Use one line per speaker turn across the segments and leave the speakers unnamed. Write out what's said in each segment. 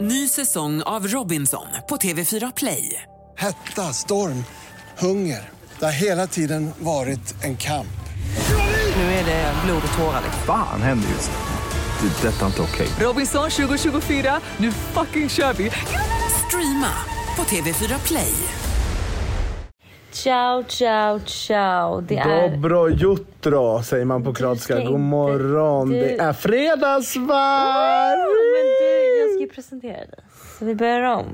Ny säsong av Robinson på TV4 Play.
Hetta, storm, hunger. Det har hela tiden varit en kamp.
Nu är det blod och tårar. liksom.
Fan händer just nu. Det. är Detta är inte okej.
Robinson 2024, nu fucking kör vi! Streama på TV4 Play.
Ciao, ciao, ciao. Det är...
Dobro jutro säger man på kroatiska.
ska
God morgon.
inte-
Det är fredagsvarv!
Men du, jag ska ju presentera dig. Så vi börjar om.
The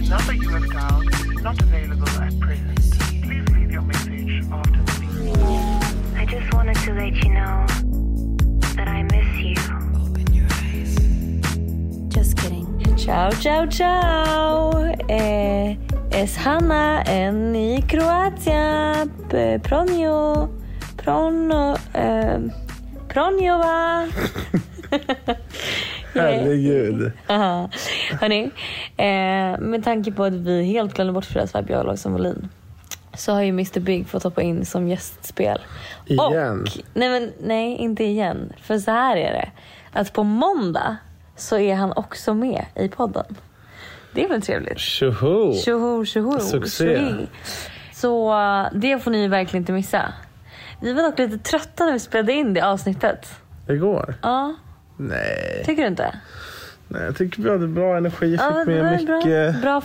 number you have dialed is not available at present. Please leave your message after the beep.
I just wanted to let you know that I miss you. Just kidding.
Ciao, ciao, ciao. Eh, es Hanna en i Kroatien. P- Pronjo. Prono... Eh, pronjova.
Herregud.
Aha. Hörni, eh, med tanke på att vi helt glömde bort Fredagsvibe, jag och Lojsan Wallin. Så har ju Mr Big fått hoppa in som gästspel.
Igen?
Och, nej, men, nej, inte igen. För så här är det. Att på måndag så är han också med i podden. Det är väl trevligt?
Tjoho!
Tjoho, tjoho.
Succé.
tjoing. Så eh, det får ni verkligen inte missa. Vi var dock lite trötta när vi spelade in det avsnittet.
Igår?
Ja,
Nej.
tycker du inte?
Nej, jag tycker vi hade bra energi. Fick
Ja, det
med
var bra,
mycket bra.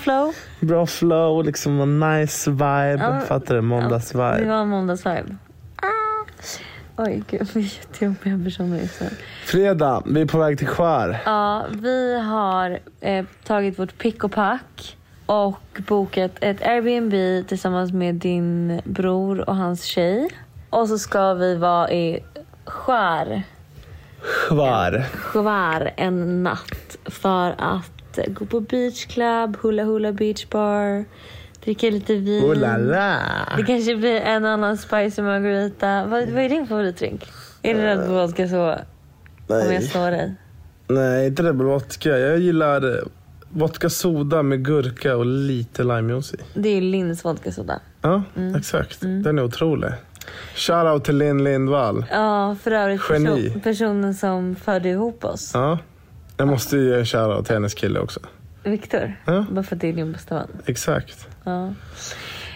bra flow.
flow. Liksom en nice vibe.
Ja,
Fattar du?
Ja, det
Måndagsvibe.
var en måndagsvibe. Ah. Oj gud, vi är jättejobbiga personer just nu.
Fredag. Vi är på väg till Skär.
Ja, vi har eh, tagit vårt pick och pack och bokat ett Airbnb tillsammans med din bror och hans tjej. Och så ska vi vara i Skär,
Skär.
Skär en natt för att gå på beach club, hula hula beach bar, dricka lite vin.
Oh la la.
Det kanske blir en annan spicy margarita. Vad, vad är din favoritdrink? Är det Red Bull Vodka så? Om jag
Nej.
slår dig?
Nej, inte Rebel Vodka. Jag gillar eh, vodka soda med gurka och lite limejuice i.
Det är ju Linds Vodka Soda.
Ja,
Mm.
mm. exakt. Den är otrolig. Shoutout till Linn Lindvall.
Ja, för övrigt
Geni.
perso- personen som förde ihop oss.
Ja. Jag måste ju ge en shoutout till hennes kille också.
Viktor.
Ja.
Bara för att det är din bästa vän.
Exakt.
Ja.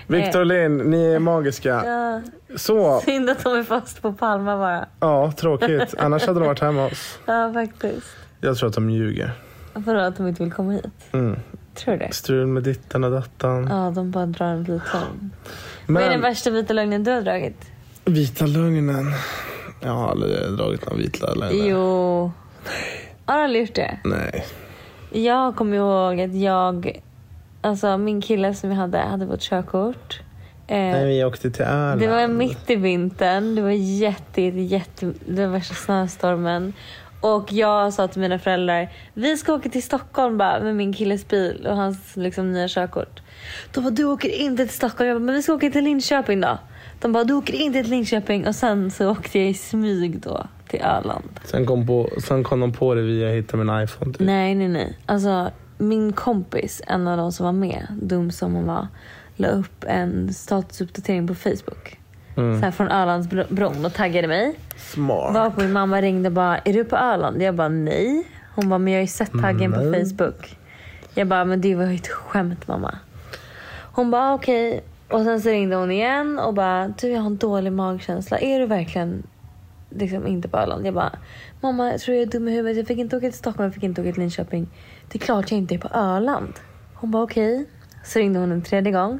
Viktor och Linn, ni är magiska.
Ja,
Så,
synd att de är fast på Palma bara.
ja, tråkigt. Annars hade de varit hemma hos oss.
Ja, faktiskt.
Jag tror att de ljuger.
Vadå att de inte vill komma hit?
Mm.
Tror du det?
Strul med dittan och dattan.
Ja, de bara drar en vit lögn. Vad är den
Men
värsta vita lögnen du har dragit?
vita lögnen. Jag har aldrig dragit någon vita lögner.
Jo. Har du aldrig gjort det?
Nej.
Jag kommer ihåg att jag, alltså min kille som jag hade, hade fått körkort.
Nej,
Eh,
vi åkte till Öland.
det var mitt i vintern, det var jätte, jätte, jätte det var värsta snöstormen. Och jag sa till mina föräldrar, vi ska åka till Stockholm bara med min killes bil och hans liksom, nya körkort. De bara, du åker inte till Stockholm. Jag bara, men vi ska åka till Linköping då. De bara, du åker inte till Linköping. Och sen så åkte jag i smyg då till Öland.
Sen kom, på, sen kom de på det via att hitta min iPhone. Typ.
Nej, nej, nej. Alltså, min kompis, en av de som var med, dum som hon var, la upp en statusuppdatering på Facebook. Så här från Ölandsbron och taggade mig.
Smart.
Var min mamma ringde och bara, är du på Öland? Jag bara, nej. Hon bara, men jag har ju sett taggen på Facebook. Jag bara, men det var ju ett skämt mamma. Hon bara, okej. Och sen så ringde hon igen och bara, du jag har en dålig magkänsla. Är du verkligen liksom inte på Öland? Jag bara, mamma jag tror jag är dum i huvudet. Jag fick inte åka till Stockholm, jag fick inte åka till Linköping. Det är klart jag inte är på Öland. Hon bara, okej. Så ringde hon en tredje gång.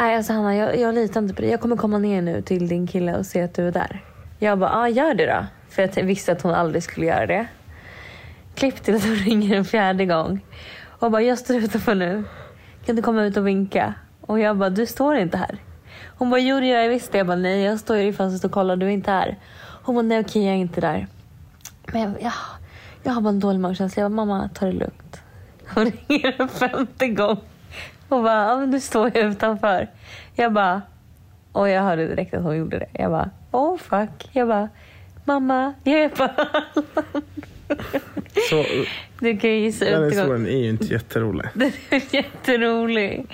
Nej, alltså Hanna, jag, jag litar inte på dig. Jag kommer komma ner nu till din kille och se att du är där. Jag bara, ah, gör det då. För jag t- visste att hon aldrig skulle göra det. Klipp till att hon ringer en fjärde gång. Och bara, jag står utanför nu. Kan du komma ut och vinka? Och jag bara, du står inte här. Hon bara, jo det gör jag visst. Jag bara, nej jag står ju i fönstret och kollar, du är inte här. Hon bara, nej okej jag är inte där. Men jag, jag, jag har bara en dålig magkänsla. Jag bara, mamma ta det lugnt. Hon ringer en femte gång. Hon bara, ja men du står ju utanför. Jag bara, och jag hörde direkt att hon gjorde det. Jag bara, oh fuck. Jag bara, mamma, jag är på Öland."
Så,
Du kan ju gissa
den
utgång.
historien är ju inte jätterolig.
Den är jätterolig.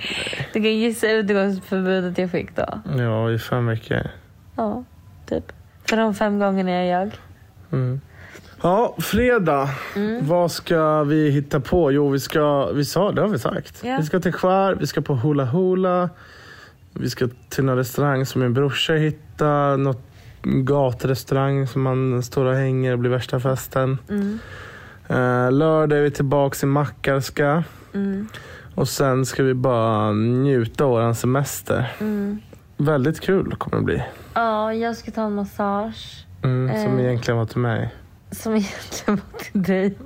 Du kan gissa utegångsförbudet jag fick då.
Ja, i fem veckor.
Ja, typ. För de fem gångerna jag ljög.
Mm. Ja, fredag.
Mm.
Vad ska vi hitta på? Jo, vi ska, vi sa, det har vi sagt.
Ja.
Vi ska till Skär, vi ska på Hula Hula. Vi ska till någon restaurang som min brorsa hittar. Något gatrestaurang som man står och hänger och blir värsta festen.
Mm.
Eh, lördag är vi tillbaka i Mackarska.
Mm.
Och sen ska vi bara njuta av våran semester.
Mm.
Väldigt kul kommer det bli.
Ja, jag ska ta en massage.
Mm, som
Eh.
egentligen var till mig.
Som egentligen var till dig.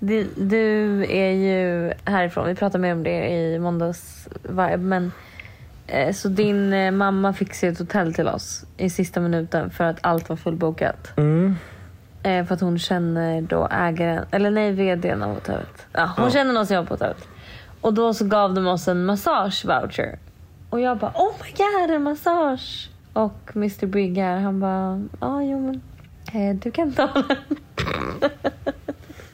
Du, du är ju härifrån. Vi pratade mer om det i måndags vibe. Men, eh, så din eh, mamma fixade ett hotell till oss i sista minuten för att allt var fullbokat.
Mm.
Eh, för att hon känner då ägaren, eller nej vdn av hotellet. Ja, hon känner någon som jobbar på hotellet. Och då så gav de oss en massage voucher. Och jag bara oh my god en massage. Och Mr Big här han bara ja jo men eh, du kan ta den.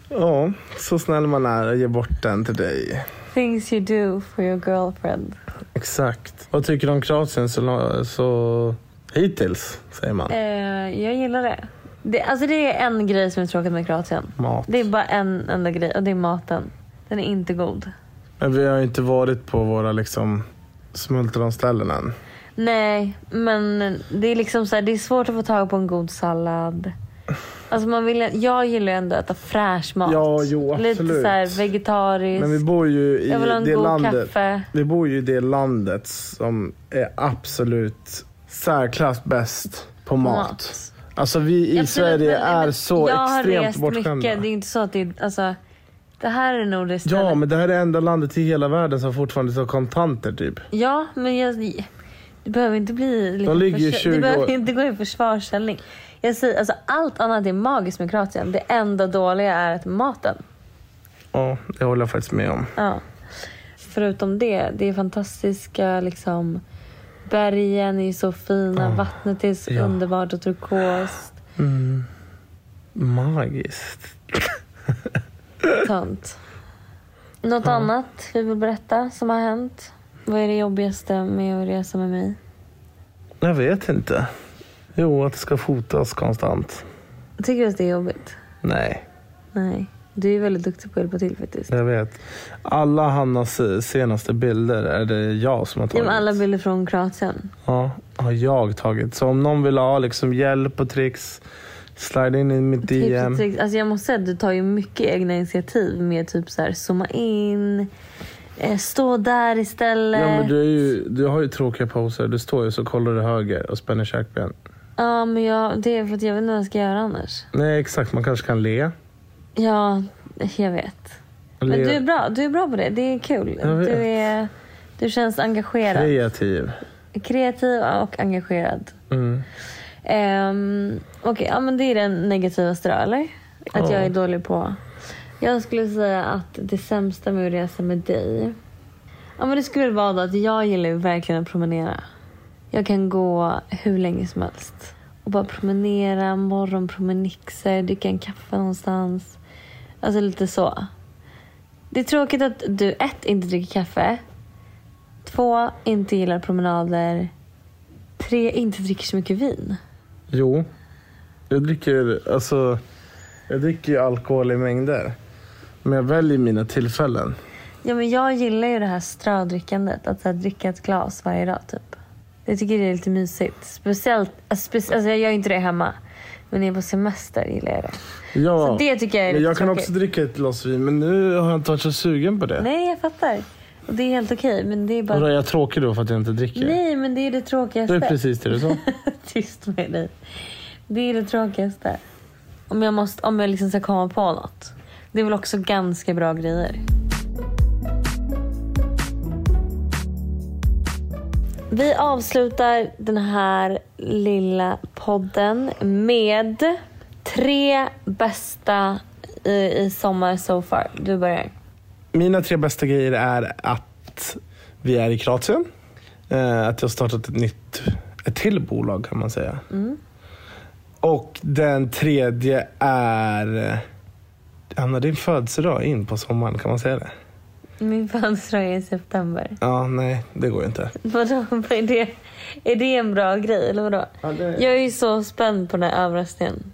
Ja, så snäll man är och ger bort den till dig.
Things you do for your girlfriend.
Exakt. Vad tycker du om Kroatien så, la- så hittills, säger man?
Eh, jag gillar det. det. Alltså det är en grej som är tråkigt med Kroatien.
Mat.
Det är bara en enda grej och det är maten. Den är inte god.
Men vi har ju inte varit på våra liksom smultronställen än.
Nej, men det är liksom så här, det är svårt att få tag på en god sallad. Alltså man vill, jag gillar ju ändå att äta fräsch mat.
Ja, jo,
Lite
absolut.
så här vegetariskt.
Men vi bor ju i
jag vill ha en
det
god
landet.
kaffe.
Vi bor ju i det landet som är absolut särklass bäst på mat. Alltså vi i
Absolut,
Sverige
men-
är
men
så
Jag har
extremt
rest
bortskämda.
mycket. Det är inte så att det är, alltså, det här är nog det stället.
Ja, men det här är det enda landet i hela världen som fortfarande tar kontanter typ.
Ja, men jag, det behöver inte bli... Liksom,
ligger ju
försvar-
20
det behöver
år.
inte gå i försvarsställning. Jag säger, alltså, allt annat är magiskt med Kroatien. Det enda dåliga är att maten.
Ja, det håller jag faktiskt med om.
Ja. Förutom det, det är fantastiska liksom, bergen är så fina, vattnet är så
ja.
underbart och turkost.
Magiskt.
Tönt. Något annat vi vill berätta som har hänt? Vad är det jobbigaste med att resa med mig?
Jag vet inte. Jo, att det ska fotas konstant.
Tycker du att det är jobbigt?
Nej,
Nej. Du är väldigt duktig på att hjälpa till faktiskt.
jag vet. Alla Hannas eh, senaste bilder är det jag som har
Ja,
tagit.
men Typ alla bilder från Kroatien.
Ja, har jag tagit. Så om någon vill ha liksom hjälp och tricks, slide in i ehm, mitt
Tips
DM.
och tricks. Alltså jag måste säga att du tar ju mycket egna initiativ med typ så här zooma in, eh, stå där istället.
Ja, men du, är ju, du har ju tråkiga poser. Du står ju så kollar du höger och spänner käkben.
Ja, men jag, det är för att jag vet inte vad jag ska göra annars.
Nej, exakt. Man kanske kan le.
Ja, jag vet.
le.
Men du är bra, du är bra på det. Det är kul.
Jag vet.
Du, är, du känns engagerad.
Kreativ.
Kreativ och engagerad.
Mm.
Um, Okej, ja, men det är den negativaste då, eller? Att
Ja.
jag är dålig på. Jag skulle säga att det sämsta med att resa med dig. Ja, men det skulle väl vara då att jag gillar ju verkligen att promenera. Jag kan gå hur länge som helst. Och bara promenera, morgonpromenixer, dricka en kaffe någonstans. Alltså lite så. Det är tråkigt att du ett, inte dricker kaffe. Två, inte gillar promenader. Tre, inte dricker så mycket vin.
Jo. Jag dricker, alltså, jag dricker ju alkohol i mängder. Men jag väljer mina tillfällen.
Ja, men jag gillar ju det här strödrickandet. Att så här, dricka ett glas varje dag. Typ. Jag tycker det är lite mysigt. Speciellt, alltså, spec- alltså, jag gör ju inte det hemma. Men när jag är på semester gillar jag det.
Ja,
Så det tycker jag är
men
lite
jag kan
tråkigt.
också dricka ett glas vin. Men nu har jag inte varit så sugen på det.
Nej, jag fattar. Och det är helt okej. men det är
Och då
bara...
är jag tråkig då för att jag inte dricker?
Nej, men det är det
Det
tråkigaste.
är precis det du sa.
Tyst med dig. Det är det tråkigaste. Om jag, måste, om jag liksom ska komma på något. Det är väl också ganska bra grejer. Vi avslutar den här lilla podden med tre bästa i, i sommar so far. Du börjar.
Mina tre bästa grejer är att vi är i Kroatien. eh, Att jag har startat ett nytt, ett till bolag kan man säga.
Mm.
Och den tredje är Anna, din födelsedag in på sommaren, kan man säga det?
Min födelsedag är i september.
Ja, nej, det går ju inte.
Vadå, vad är det, är det en bra grej eller vadå?
Ja, det-
Jag är ju så spänd på den här överraskningen.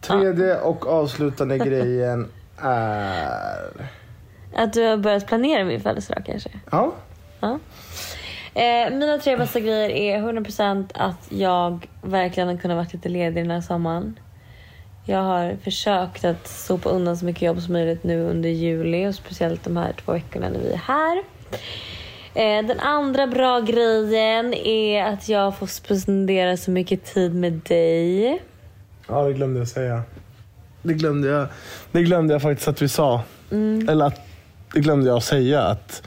Tredje och avslutande grejen är...
Att du har börjat planera min födelsedag kanske?
Ja.
Ja. Eh, mina tre bästa grejer är 100% att jag verkligen har kunnat vara lite ledig den här sommaren. Jag har försökt att sopa undan så mycket jobb som möjligt nu under juli och speciellt de här två veckorna när vi är här. Eh, den andra bra grejen är att jag får spendera så mycket tid med dig.
Ja, det glömde jag säga. Det glömde jag, det glömde jag faktiskt att vi sa.
Mm.
Eller att, det glömde jag säga att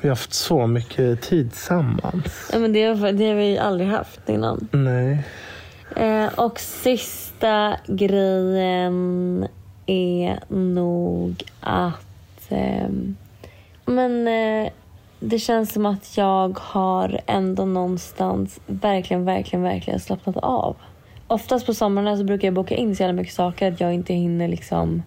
vi har haft så mycket tid tillsammans.
Ja, men det, har, det har vi ju aldrig haft innan.
Nej.
Eh, och sista grejen är nog att... ehm, men eh, det känns som att jag har ändå någonstans verkligen, verkligen, verkligen slappnat av. Oftast på somrarna så brukar jag boka in så jävla mycket saker att jag inte hinner liksom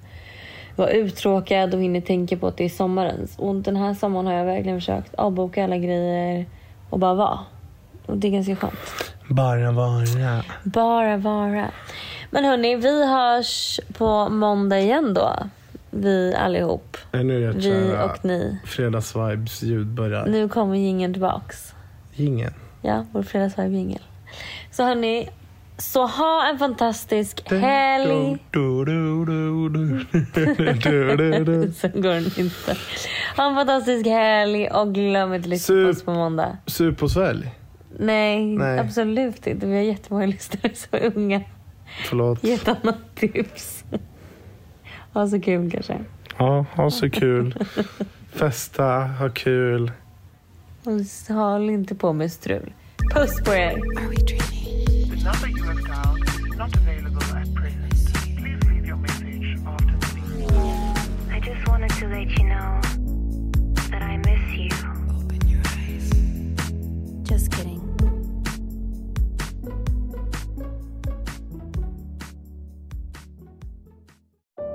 vara uttråkad och hinner tänka på att det är sommarens. Och den här sommaren har jag verkligen försökt avboka alla grejer och bara vara. Och det är ganska skönt.
Bara vara.
Bara vara. Men hörni, vi hörs på måndag igen då. Vi allihop.
Nej, nu är det
Vi
kära
och ni.
fredagsvibes ljud börjar.
Nu kommer jingeln tillbaks.
Ingen.
Ja, vår fredagsvarvjingel. Så hörni, så ha en fantastisk helg.
Du, du, du, du, du, du, du, du.
Så går den inte. Ha en fantastisk helg och glöm inte att lyssna på
Sup.
oss på måndag.
Sup och svälj.
Nej,
Nej.
absolut inte. Vi har jättemånga lyssnare som är unga.
Förlåt.
Ge ett annat tips. Ha så kul kanske.
Ja, ha så kul. Festa, ha kul.
Och håll inte på med strul. Puss på er!
The number you have dialed is not available at present. Please leave your message after the beep.
I just wanted to let you know that I miss you.
Just kidding.